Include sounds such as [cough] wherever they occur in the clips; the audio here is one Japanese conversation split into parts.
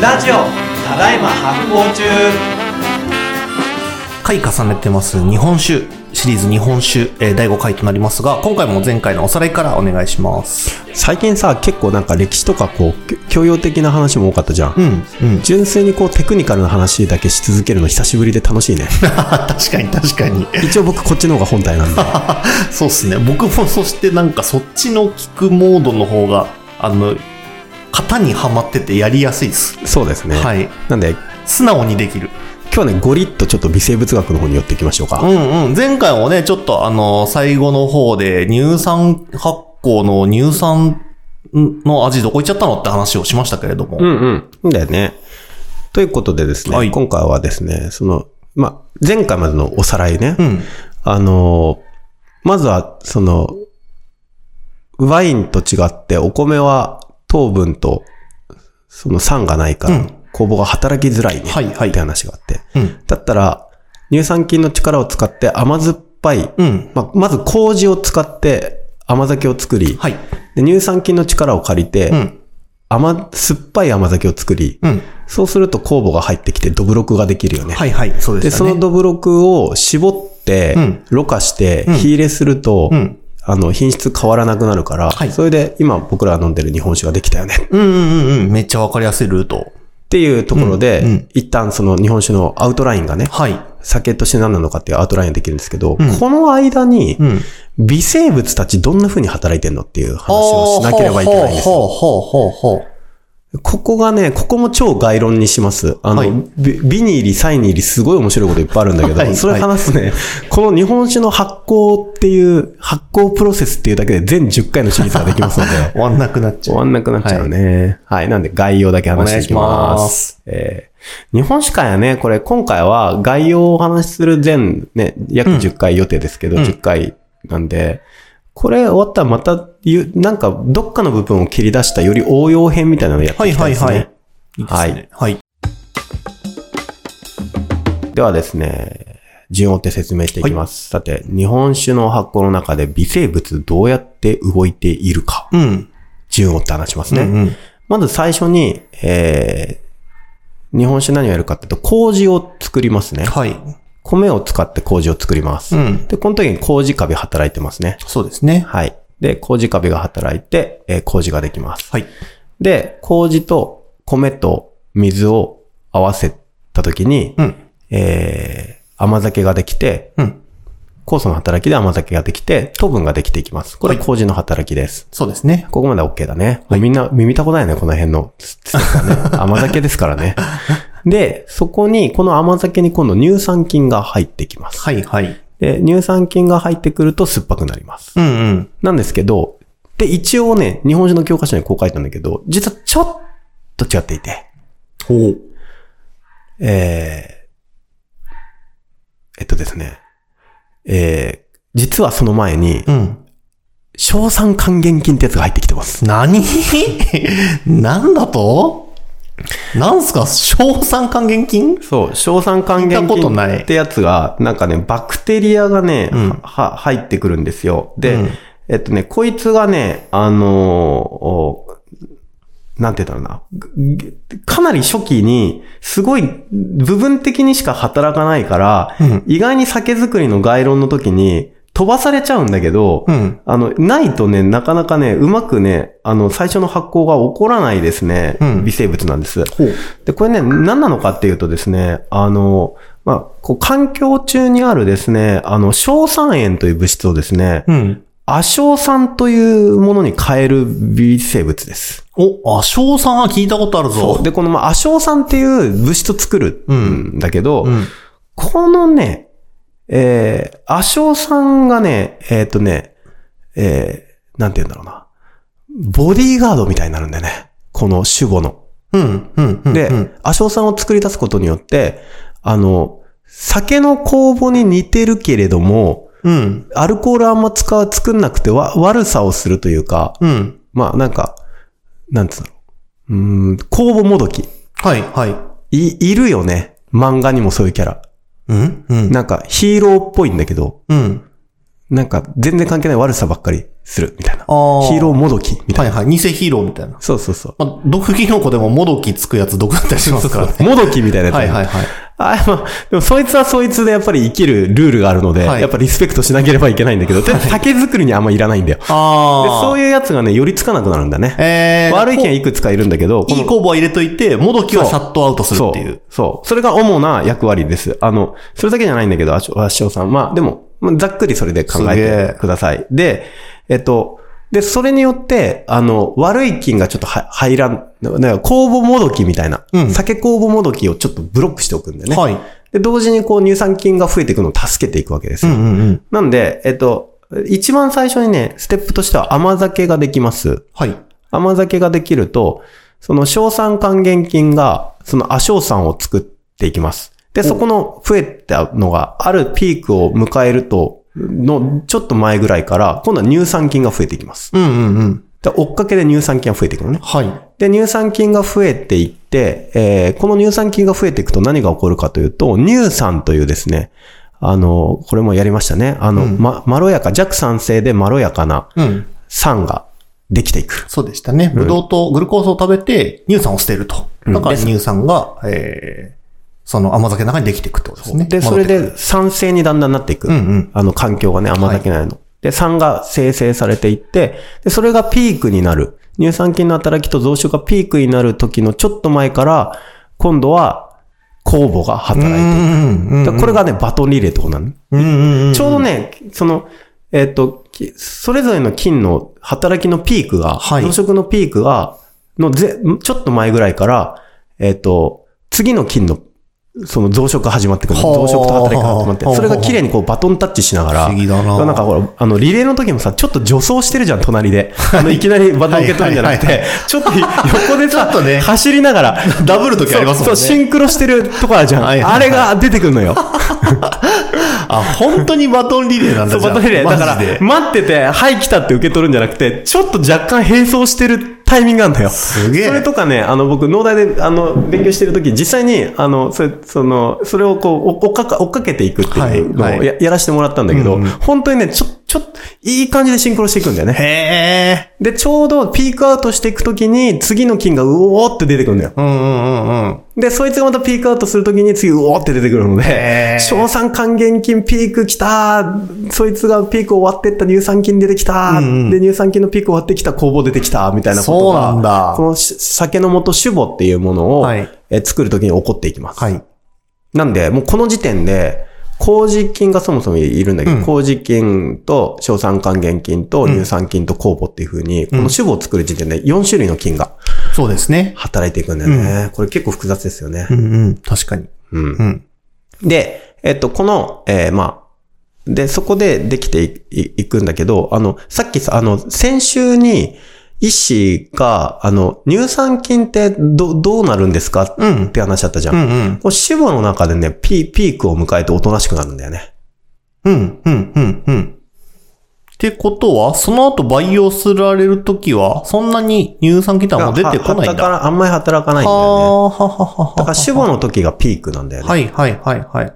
ラジオただいま発行中回重ねてます日本酒シリーズ日本酒、えー第5回となりますが今回も前回のおさらいからお願いします最近さ結構なんか歴史とかこうきょ教養的な話も多かったじゃん、うんうん純粋にこうテクニカルな話だけし続けるの久しぶりで楽しいね [laughs] 確かに確かに一応僕こっちの方が本体なんで [laughs] そうっすね僕もそしてなんかそっちの聞くモードの方があの型にはまっててやりやすいっすそうですね、はいなんで素直にできる今日はねゴリッとちょっと微生物学の方に寄っていきましょうか、うんうん。前回もね、ちょっとあの、最後の方で、乳酸発酵の乳酸の味どこ行っちゃったのって話をしましたけれども。うんうん。だよね。ということでですね、はい今回はですね、その、まあ、前回までのおさらいね、うん。あの、まずは、その、ワインと違ってお米は糖分と、その酸がないから、うん酵母が働きづらいね、はいはいって話があって。うん。だったら、乳酸菌の力を使って甘酸っぱい、うん。まあ、まず麹を使って甘酒を作り、はい。で乳酸菌の力を借りて、うん。甘、酸っぱい甘酒を作り、うん。そうすると酵母が入ってきてドブロクができるよね。はいはい。そうで、でしたそね。のドブロクを絞って、うんろ過して、火入れすると、うんあの、品質変わらなくなるから、はいそれで今僕らが飲んでる日本酒ができたよね。っうんうんうんうん。めっちゃわかりやすいルート。ていうところで、うんうん一旦その日本酒のアウトラインがね、はい。酒として何なのかっていうアウトラインができるんですけど、この間に、ん微生物たちどんな風に働いてんのっていう話をしなければいけないんですよほうほうほうほうほここがね、ここも超概論にします。あの、はいビビニーリ、サイニーリ、すごい面白いこといっぱいあるんだけど、はいそれ話すね、この日本酒の発酵っていう、発酵プロセスっていうだけで全10回のシリーズができます [laughs] ので、終わんなくなっち終ゃう。わんなくなっちゃうね。はい、なんで概要だけ話していきお願ま。いしますえー日本酒会はね、これ今回は概要をお話しする前、ね、約10回予定ですけど、10回なんで、これ終わったらまた言う、なんかどっかの部分を切り出したより応用編みたいなのをやってはいいきたはいいですね。はい。いいですはいね。はい。ではですね、順を追って説明していきます。さて、日本酒の発酵の中で微生物どうやって動いているか、うん。順を追って話しますね。うんうん。まず最初に、えー、日本酒何をやるかっていうと、麹を作りますね。はい。米を使って麹を作ります。うん。で、この時に麹カビ働いてますね。そうですね。はい。で、麹カビが働いて、えー麹ができます。はい。で、麹と米と水を合わせた時に、うん。えー、甘酒ができて、うん。酵素の働きで甘酒ができて、糖分ができていきます。これはい麹の働きです。そうですね。ここまでは OK だね。みんな耳たこだよね、この辺の。つつがね甘酒ですか [laughs] らね。で、そこに、この甘酒に今度乳酸菌が入ってきます。はいはい。で、乳酸菌が入ってくると酸っぱくなります。うんうん。なんですけど、で、一応ね、日本酒の教科書にこう書いたんだけど、実はちょっと違っていて、ほう。えー、えっとですね、えー、実はその前に、うん。硝酸還元菌ってやつが入ってきてます。何 [laughs] なんだとなんすか硝酸還元菌そう、硝酸還元聞いたことな菌いってやつが、なんかね、バクテリアがね、うんは、入ってくるんですよ。で、うんえっとね、こいつがね、あのーおなんて言うんだろうなぐ。かなり初期に、すごい部分的にしか働かないから、うん意外に酒造りの概論の時に飛ばされちゃうんだけど、うん。あの、ないとね、なかなかね、うまくね、あの、最初の発酵が起こらないですね、うん微生物なんです。ほう。で、これね、何なのかっていうとですね、あの、まあ、こう、環境中にあるですね、あの、硝酸塩という物質をですね、うん。亜硝酸というものに変える微生物です。お、あ、硝酸は聞いたことあるぞ。で、この、まあ、亜硝酸っていう物質を作るんだけど、うん。このね、えー、亜硝酸がね、えーっ、とね、えー、なんて言うんだろうな。ボディーガードみたいになるんだよね。この主語の。うん。うん。うん。で、うん亜硝酸を作り出すことによって、あの、酒の酵母に似てるけれども、うん。アルコールあんま使わ、作んなくてわ、悪さをするというか、うん。まあなんか、なんつうの。うーん、酵母もどき。、はい、はいいるよね。漫画にもそういうキャラ。い。うん。うん。なんかヒーローっぽいんだけど、うん。なんか、全然関係ない悪さばっかりする、みたいな。あーヒーローもどき、みたいな。はいはい。偽ヒーローみたいな。そうそうそう。まあ、毒キノコでももどきつくやつ毒だったりしますからね。もどきみたいなやつ。はいはいはい。あ、まあ、でもそいつはそいつでやっぱり生きるルールがあるので、はいやっぱリスペクトしなければいけないんだけど、で竹作りにあんまいらないんだよ。で、ああ。そういうやつがね、寄りつかなくなるんだね。えー、悪い意見いくつかいるんだけど、このいい工房は入れといて、もどきはシャットアウトするっていう。そう。そう。それが主な役割です。あの、それだけじゃないんだけど、あしょ、あしょうさん。まあ、でも、まあざっくりそれで考すげええてください。で、えっと、で、それによって、あの、悪い菌がちょっとは入らん、だから、酵母もどきみたいな、うん酒酵母もどきをちょっとブロックしておくんだよね。はい。で、同時にこう、乳酸菌が増えていくのを助けていくわけですうよ。んうんうん。なんで、えっと、一番最初にね、ステップとしては甘酒ができます。はい。甘酒ができると、その硝酸還元菌が、その亜硝酸を作っていきます。で、そこの増えたのがあるピークを迎えると、のちょっと前ぐらいから、今度は乳酸菌が増えていきます。うんうんうん。で追っかけで乳酸菌が増えていくのね。はい。で、乳酸菌が増えていって、えーこの乳酸菌が増えていくと何が起こるかというと、乳酸というですね、あの、これもやりましたね。あの、ま、まろやか、弱酸性でまろやかなうん。酸ができていく。そうでしたね。ブドウとグルコースを食べて、乳酸を捨てると。だから乳酸が、えー、その甘酒の中にできていくってことですね。で、それで酸性にだんだんなっていく。うんうんあの環境がね、甘酒ないの。で、酸が生成されていって、で、それがピークになる。乳酸菌の働きと増殖がピークになる時のちょっと前から、今度は酵母が働いていうんうんうん。く。でこれがね、バトンリレーってことなの。うんうんうん。ちょうどね、その、えっと、きそれぞれの菌の働きのピークが、はい増殖のピークが、のぜ、ちょっと前ぐらいから、えっと、次の菌の、その増殖が始まってくる。ほ増う殖と働きが始まってほう、それが綺麗にこうバトンタッチしながら、不思議だななんかほら、あの、リレーの時もさ、ちょっと助走してるじゃん、隣で。あの、いきなりバトン受け取るんじゃなくはいて、ちょっと横でさ、ちょっとね走りながら、ダブる時ありますもんねそう、そうシンクロしてるとこあるじゃん。はいはいはいあれが出てくるのよ。あ、本当にバトンリレーなんだそう、じゃバあトルリレー。だからマジで、待ってて、はい、来たって受け取るんじゃなくて、ちょっと若干並走してるタイミングなんだよ。すげえそれとかね、あの、僕、農大で、あの、勉強してるとき、実際に、あの、それ、その、それをこう、お追っかか、追っかけていくっていうのをはや,、いはいやらせてもらったんだけど、本当にね、ちょ、ちょっと、いい感じでシンクロしていくんだよね。へで、ちょうどピークアウトしていくときに、次の金がうおーって出てくるんだよ。ー。うんうんうんうん。で、そいつがまたピークアウトするときに次、うおーって出てくるのへーで、硝酸還元菌ピーク来たーそいつがピーク終わってった乳酸菌出てきたー、うんうんで、乳酸菌のピーク終わってきた工房出てきたーみたいなことが、そうなんだこのし酒の元酒母っていうものを、はいえー作るときに起こっていきます。はい。なんで、もうこの時点で、麹菌がそもそもいるんだけど、うん麹菌と硝酸還元菌と乳酸菌と酵母っていう風に、この種母を作る時点で4種類の菌がそうですね。働いていくんだよね。これ結構複雑ですよね。うんうん。確かに。うんうん。で、えっと、この、えーまあ、で、そこでできていいいくんだけど、あの、さっきさ、あの、先週に、医師が、あの、乳酸菌ってど、どうなるんですかうんって話だったじゃん。うこんうん。う死母の中でね、ピー、ピークを迎えておとなしくなるんだよね。うん、うん、うん、うん。ってことは、その後培養すられるときは、そんなに乳酸菌とはもう出てこないんだ。は働かあんまり働かないんだあよね。あ、はははだからは。死母の時がピークなんだよね。はい、はい、はい、はい。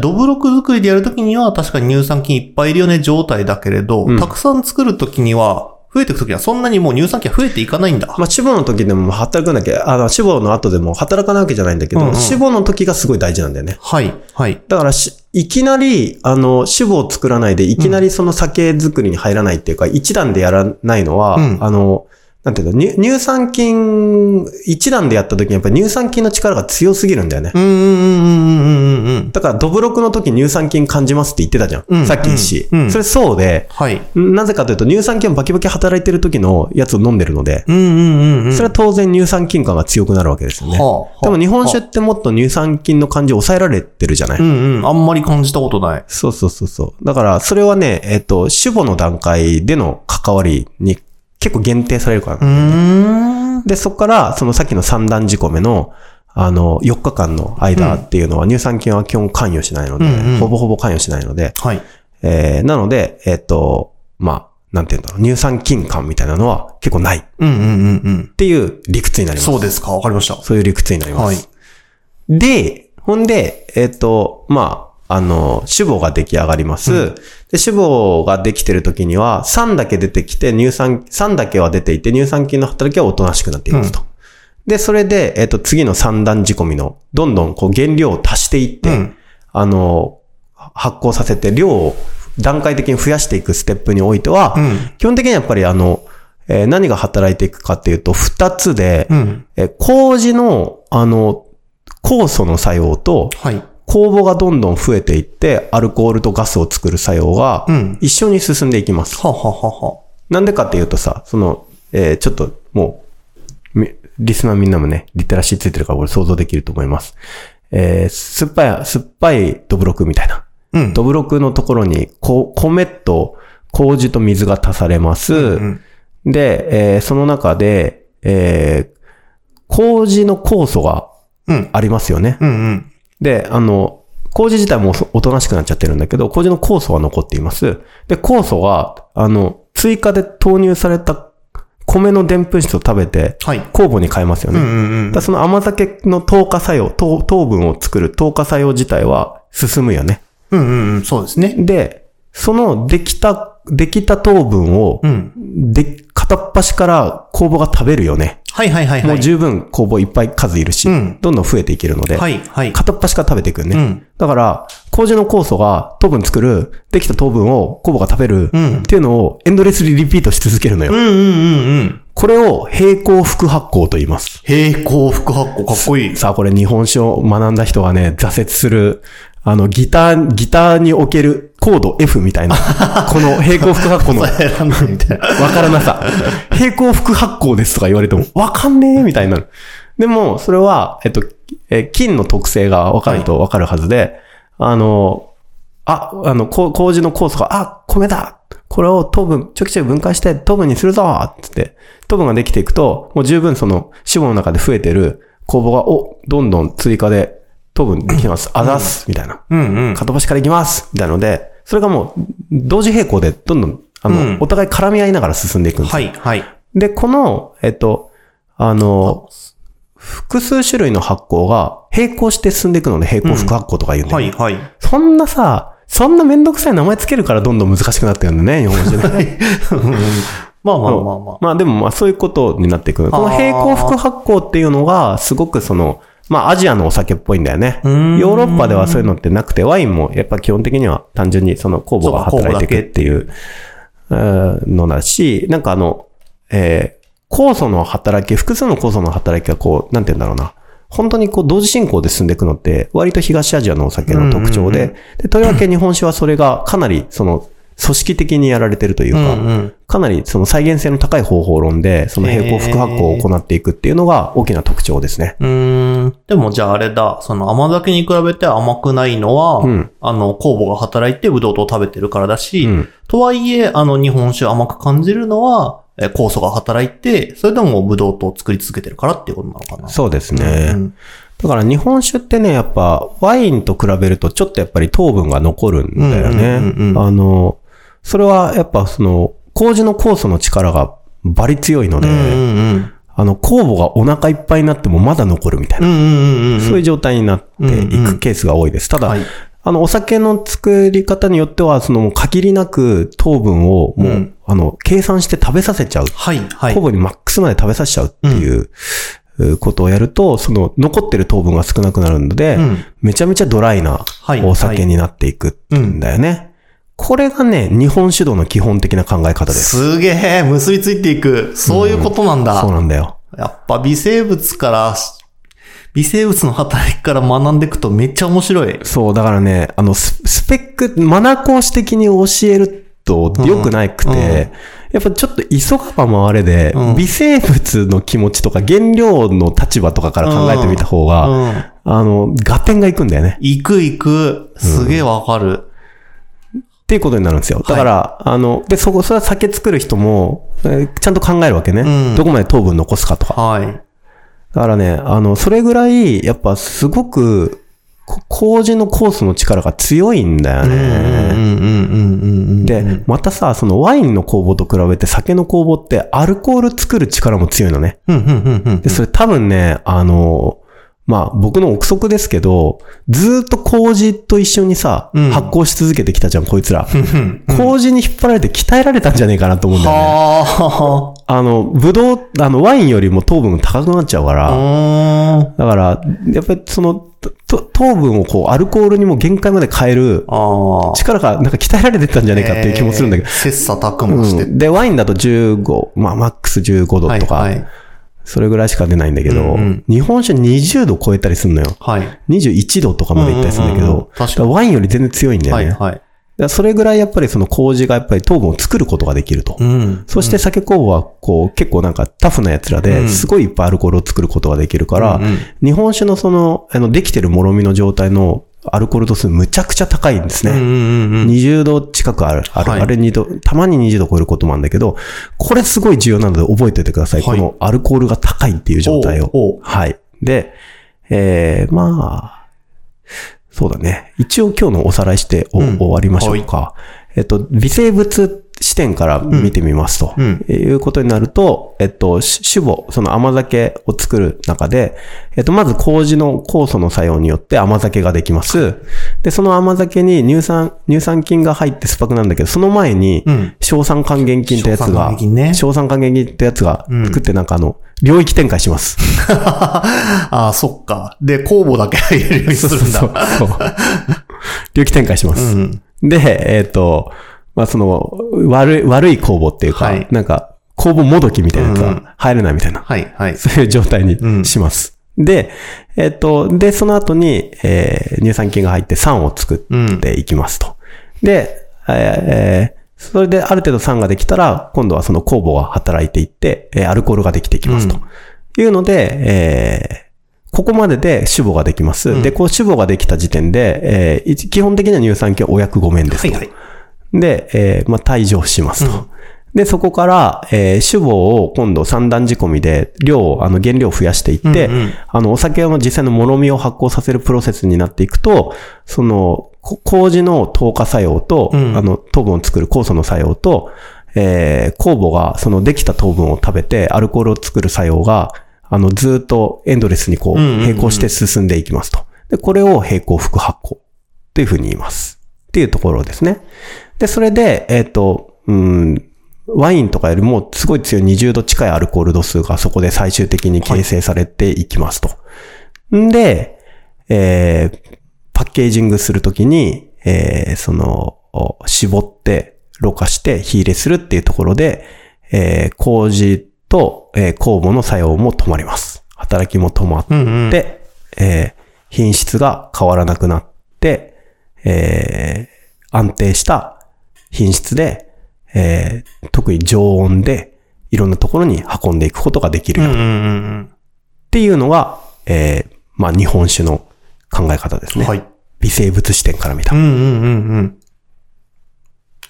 ドブロク作りでやるときには、確かに乳酸菌いっぱいいるよね状態だけれど、うんたくさん作るときには、増えていくときは、そんなにもう乳酸菌は増えていかないんだ。まあ、死母の時でも働くんだけど、あの、死母の後でも働かないわけじゃないんだけど、うんうん死母の時がすごい大事なんだよね。はい、はい。だからし、いきなり、あの、酒母を作らないで、いきなりその酒作りに入らないっていうか、一段でやらないのは、うんあの、なんていうの、乳乳酸菌、一段でやった時にやっぱり乳酸菌の力が強すぎるんだよね。うん、うん、うん、うん、うん、うん。だから、ドブロクの時乳酸菌感じますって言ってたじゃん。うんさっきし、うんうんそれそうで、はい。なぜかというと、乳酸菌をバキバキ働いてる時のやつを飲んでるので、うん、うん、うん、うん。それは当然乳酸菌感が強くなるわけですよね。はあでも日本酒はってもっと乳酸菌の感じを抑えられてるじゃないあうん、うん。あんまり感じたことない。そうそうそうそう。だから、それはね、えっ、と、主母の段階での関わりに結構限定されるから、うーん。で、そこから、そのさっきの三段仕込めの、あの、4日間の間っていうのは、乳酸菌は基本関与しないので、うんうんほぼほぼ関与しないので、はい。えー、なので、えっ、と、まあ、なんて言うんだろう、乳酸菌感みたいなのは結構ないっうんうんうんうん。ていう理屈になります。そうですか、わかりました。そういう理屈になります。はいで、ほんで、えっ、と、まあ、あの、脂肪が出来上がります。で、脂肪ができてる時には、酸だけ出てきて、乳酸、酸だけは出ていて、乳酸菌の働きはおとなしくなっていますと。で、それで、えっ、と、次の三段仕込みの、どんどんこう原料を足していって、うんあの、発酵させて量を段階的に増やしていくステップにおいては、ん基本的にはやっぱりあの、えー何が働いていくかっていうと、二つで、うん。えー麹の、あの、酵素の作用と、はい。酵母がどんどん増えていって、アルコールとガスを作る作用がうん、一緒に進んでいきます。はははは。なんでかっていうとさ、その、えーちょっと、もう、みリスナーみんなもね、リテラシーついてるからこれ想像できると思います。えー酸っぱい、酸っぱいどぶろくみたいな。うん。どぶろくのところに、こ米と麹と水が足されます。うんで、えーその中で、えー麹の酵素がうん。ありますよね。うんうん。で、あの、麹自体もおおとなしくなっちゃってるんだけど、麹の酵素は残っています。で、酵素は、あの、追加で投入された米のでんぷん質を食べて、はい。酵母に変えますようね。んうんうだんからその甘酒の糖化作用糖、糖分を作る糖化作用自体は進むよね。うんうんうん。そうですね。で、そのできた、できた糖分を、うん。で、片っ端から酵母が食べるよね。はいはいはいはい。もう十分酵母いっぱい数いるし、うんどんどん増えていけるので、はいはい。片っ端から食べていくよね。うん。だから、麹の酵素が糖分作る、できた糖分を酵母が食べる、うんっていうのをエンドレスリリピートし続けるのよ。うんうんうんうん。これを平行副発酵と言います。平行副発酵かっこ [laughs] いい。さあ、これ日本酒を学んだ人がね、挫折する、あの、ギター、ギターにおけるコード F みたいな、この平行副発酵のわ選んだみたい [laughs] な。からなさ、平行副発酵ですとか言われても、わかんねえみたいになる。でも、それは、えっと、えー菌の特性がわかるとわかるはずで、あの、あ、あの、こ麹の酵素が、あ、米だこれを糖分、ちょきちょき分解して糖分にするぞつって、糖分ができていくと、もう十分その脂肪の中で増えてる酵母が、お、どんどん追加で糖分できます。あざっすみたいな。うんうん。片っ端からいきますみたいなので、それがもう、同時並行でどんどん、あの、うんお互い絡み合いながら進んでいくんですよはいはい。で、この、えっと、あの、複数種類の発酵が並行して進んでいくので、並行副発酵とか言うんだよはいはい。そんなさ、そんなめんどくさい名前つけるからどんどん難しくなってるんだね、日本酒ね。まあまあまあまあ。まあでもまあそういうことになっていく。この平行副発酵っていうのが、すごくその、まあアジアのお酒っぽいんだよね。ヨんーロッパではそういうのってなくて、ワインもやっぱ基本的には単純にその酵母が働いていくっていううんのだし、なんかあの、えー酵素の働き、複数の酵素の働きがこう、なんて言うんだろうな。本当にこう同時進行で進んでいくのって、割と東アジアのお酒の特徴で、で、とりわけ日本酒はそれがかなりその、組織的にやられてるというか、うんかなりその再現性の高い方法論で、その平行副発酵を行っていくっていうのが大きな特徴ですね。うん。うーん。でもじゃああれだ、その甘酒に比べて甘くないのは、うんあの、酵母が働いてブドウ糖を食べてるからだし、うんとはいえ、あの、日本酒甘く感じるのは、えー酵素が働いて、それでもブドウ糖を作り続けてるからっていうことなのかな。そうですうね。んだから日本酒ってね、やっぱワインと比べるとちょっとやっぱり糖分が残るんだようんうんうんうね。んあの、それはやっぱその、麹の酵素の力がバリ強いのうで、んうんうん。あの、酵母がお腹いっぱいになってもまだ残るみたいうんな、うんうんうん。そういう状態になってういんうくんケースが多いです。ただ、はい。あの、お酒の作り方によっては、その、限りなく糖分を、もう、うんあの、計算して食べさせちゃう。はい、はい。ほぼにマックスまで食べさせちゃうっていう、うことをやると、その、残ってる糖分が少なくなるので、うんめちゃめちゃドライなはいお酒になっていくんだよね。これがね、日本酒道の基本的な考え方です。すげえ、結びついていく。そういうことなんだ。そうなんだよ。やっぱ微生物から、微生物の働きから学んでいくとめっちゃ面白い。そう、だからね、あの、ススペック、マナー講師的に教えると良くなくて、うんうんやっぱちょっと急がば回れで、うん微生物の気持ちとか原料の立場とかから考えてみた方が、うん。あの、合点がいくんだよね。行く行く。すげえわかる。っていうことになるんですよ。だから、あの、で、そこ、それは酒作る人も、えーちゃんと考えるわけね。うんどこまで糖分残すかとか。はい。だからね、あの、それぐらい、やっぱすごく、こ麹の酵素の力が強いんだよね。うんうんうんうんうん。で、またさ、そのワインの酵母と比べて酒の酵母ってアルコール作る力も強いのね。うんうんうんうん。で、それ多分ね、あの、まあ僕の憶測ですけど、ずーっと麹と一緒にさ、うん発酵し続けてきたじゃん、こいつら。うん。麹に引っ張られて鍛えられたんじゃねえかなと思うんだよね。はあの、ぶどう、あの、ワインよりも糖分が高くなっちゃうから、あ。うーん。だから、やっぱりその、とと糖分をこう、アルコールにも限界まで変えるああ。力が、なんか鍛えられてったんじゃねえかっていう気もするんだけどえー。切磋琢磨して。うんで、ワインだと15、まあ、マックス15度とか、はいはい。それぐらいしか出ないんだけど、うんうん日本酒20度超えたりするのよ。はい。 21度とかまでいったりするんだけうんうんうんど確か、にだからワインより全然強いんだよはね。い。だかはい。らそれぐらいやっぱりその麹がやっぱり糖分を作ることができると。うん。そして酒酵母はこう結構なんかタフな奴らうでんすごいいっぱいアルコールを作ることができるから、うんうん日本酒のその、あの、できてるもろみの状態のアルコール度数むちゃくちゃ高いんですうんうんね。うん。 20度近くある。ある、はいあれ2度、たまに20度超えることもあるんだけど、これすごい重要なので覚えておいてください。はいこのアルコールが高いっていう状態を。おうおうはい。で、えー、まあ、そうだね。一応今日のおさらいしてお、うん終わりましょうか。えっと、微生物視点から見てみますと、うんいうことになると、えっと、し主母、その甘酒を作る中で、えっと、まず麹の酵素の作用によって甘酒ができます。で、その甘酒に乳酸、乳酸菌が入って酸っぱくなるんだけど、その前にうん、硝酸還元菌ってやつ硝酸還が元、菌ね硝酸還元菌ってやつが作ってなんかあの、領域展開します。 [laughs] ああ、そっか。で、酵母だけ入れるようにするんだ。そうそうそう。 [laughs] 領域展開します。うん。で、えっ、と、まあ、その、悪い、悪い工房っていうか、はいなんか、工房もどきみたいなやつうんうんが入れないみたいな、はい、はい。そういう状態んにします。で、えっ、と、で、その後に、えー乳酸菌が入って酸を作っていきますと。で、えーそれである程度酸ができたら、今度はその酵母が働いていって、えーアルコールができていきますと。いうので、えーここまでで主母ができます。で、こう主母ができた時点で、えー一基本的には乳酸菌はお役御免ですと。はい、はい。で、えーまあ、退場しますと。で、そこから、えー、酒母を今度三段仕込みで、量を、あの、原量を増やしていって、うんうんあの、お酒を実際のもろみを発酵させるプロセスになっていくと、その、こ麹の糖化作用と、うんあの、糖分を作る酵素の作用と、えー、酵母がそのできた糖分を食べて、アルコールを作る作用が、あの、ずーっとエンドレスにこうう、んうんうん並行して進んでいきますと。で、これを並行副発酵というふうに言います。っていうところですね。で、それで、えっ、と、うん、ワインとかよりもすごい強い20度近いアルコール度数がそこで最終的に形成されていきますと。んで、えーパッケージングするときに、えーその、お絞って、ろ過して、火入れするっていうところで、えー麹と、えー酵母の作用も止まります。働きも止まっうんうん。で、えー品質が変わらなくなって、えー安定した品質で、えー特に常温で、いろんなところに運んでいくことができるうよんっうんうんていうのが、えーまあ、日本酒の考え方ですうん。ね。はい。微生物視点から見た。うんうんうんうん。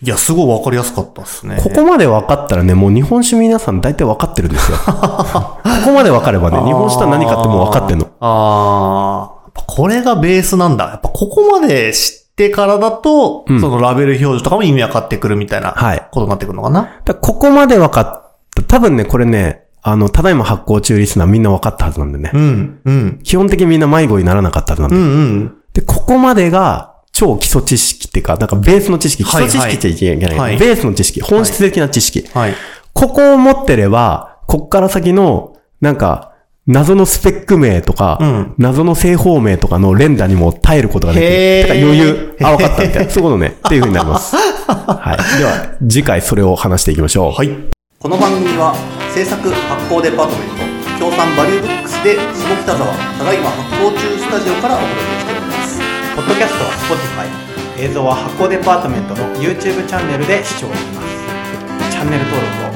いや、すごいわかりやすかったですね。ここまで分かったらね、もう日本酒皆さん大体分かってる [laughs] んですよ。ここまで分かればね、日本酒とは何かってもう分かってんの。あーあー。やっぱこれがベースなんだ。やっぱここまで知ってからだと、うんそのラベル表示とかも意味わかってくるみたいなはいことになってくるのかな。だからここまで分かった。多分ね、これね、あの、ただいま発行中リスナーみんな分かったはずなんでね。うん、うん。基本的にみんな迷子にならなかったはずなんうんで。うん。で、ここまでが超基礎知識っていうか、なんかベースの知識、基はい礎知識って言っちゃいけないけど、はいベースの知識、本質的な知識。はい。ここを持ってれば、こっから先の、なんか、謎のスペック名とか、うん謎の正方名とかの連打にも耐えることができる。へーてか余裕。あ、分かったみ [laughs] たいな。そういうことね。っていうふうになります。はい。では、次回それを話していきましょう。はい。この番組は制作発行デパートメント協賛バリューブックスで下北沢ただいま発行中スタジオからお届けしておりますポッドキャストは Spotify 映像は発行デパートメントの YouTube チャンネルで視聴できますチャンネル登録を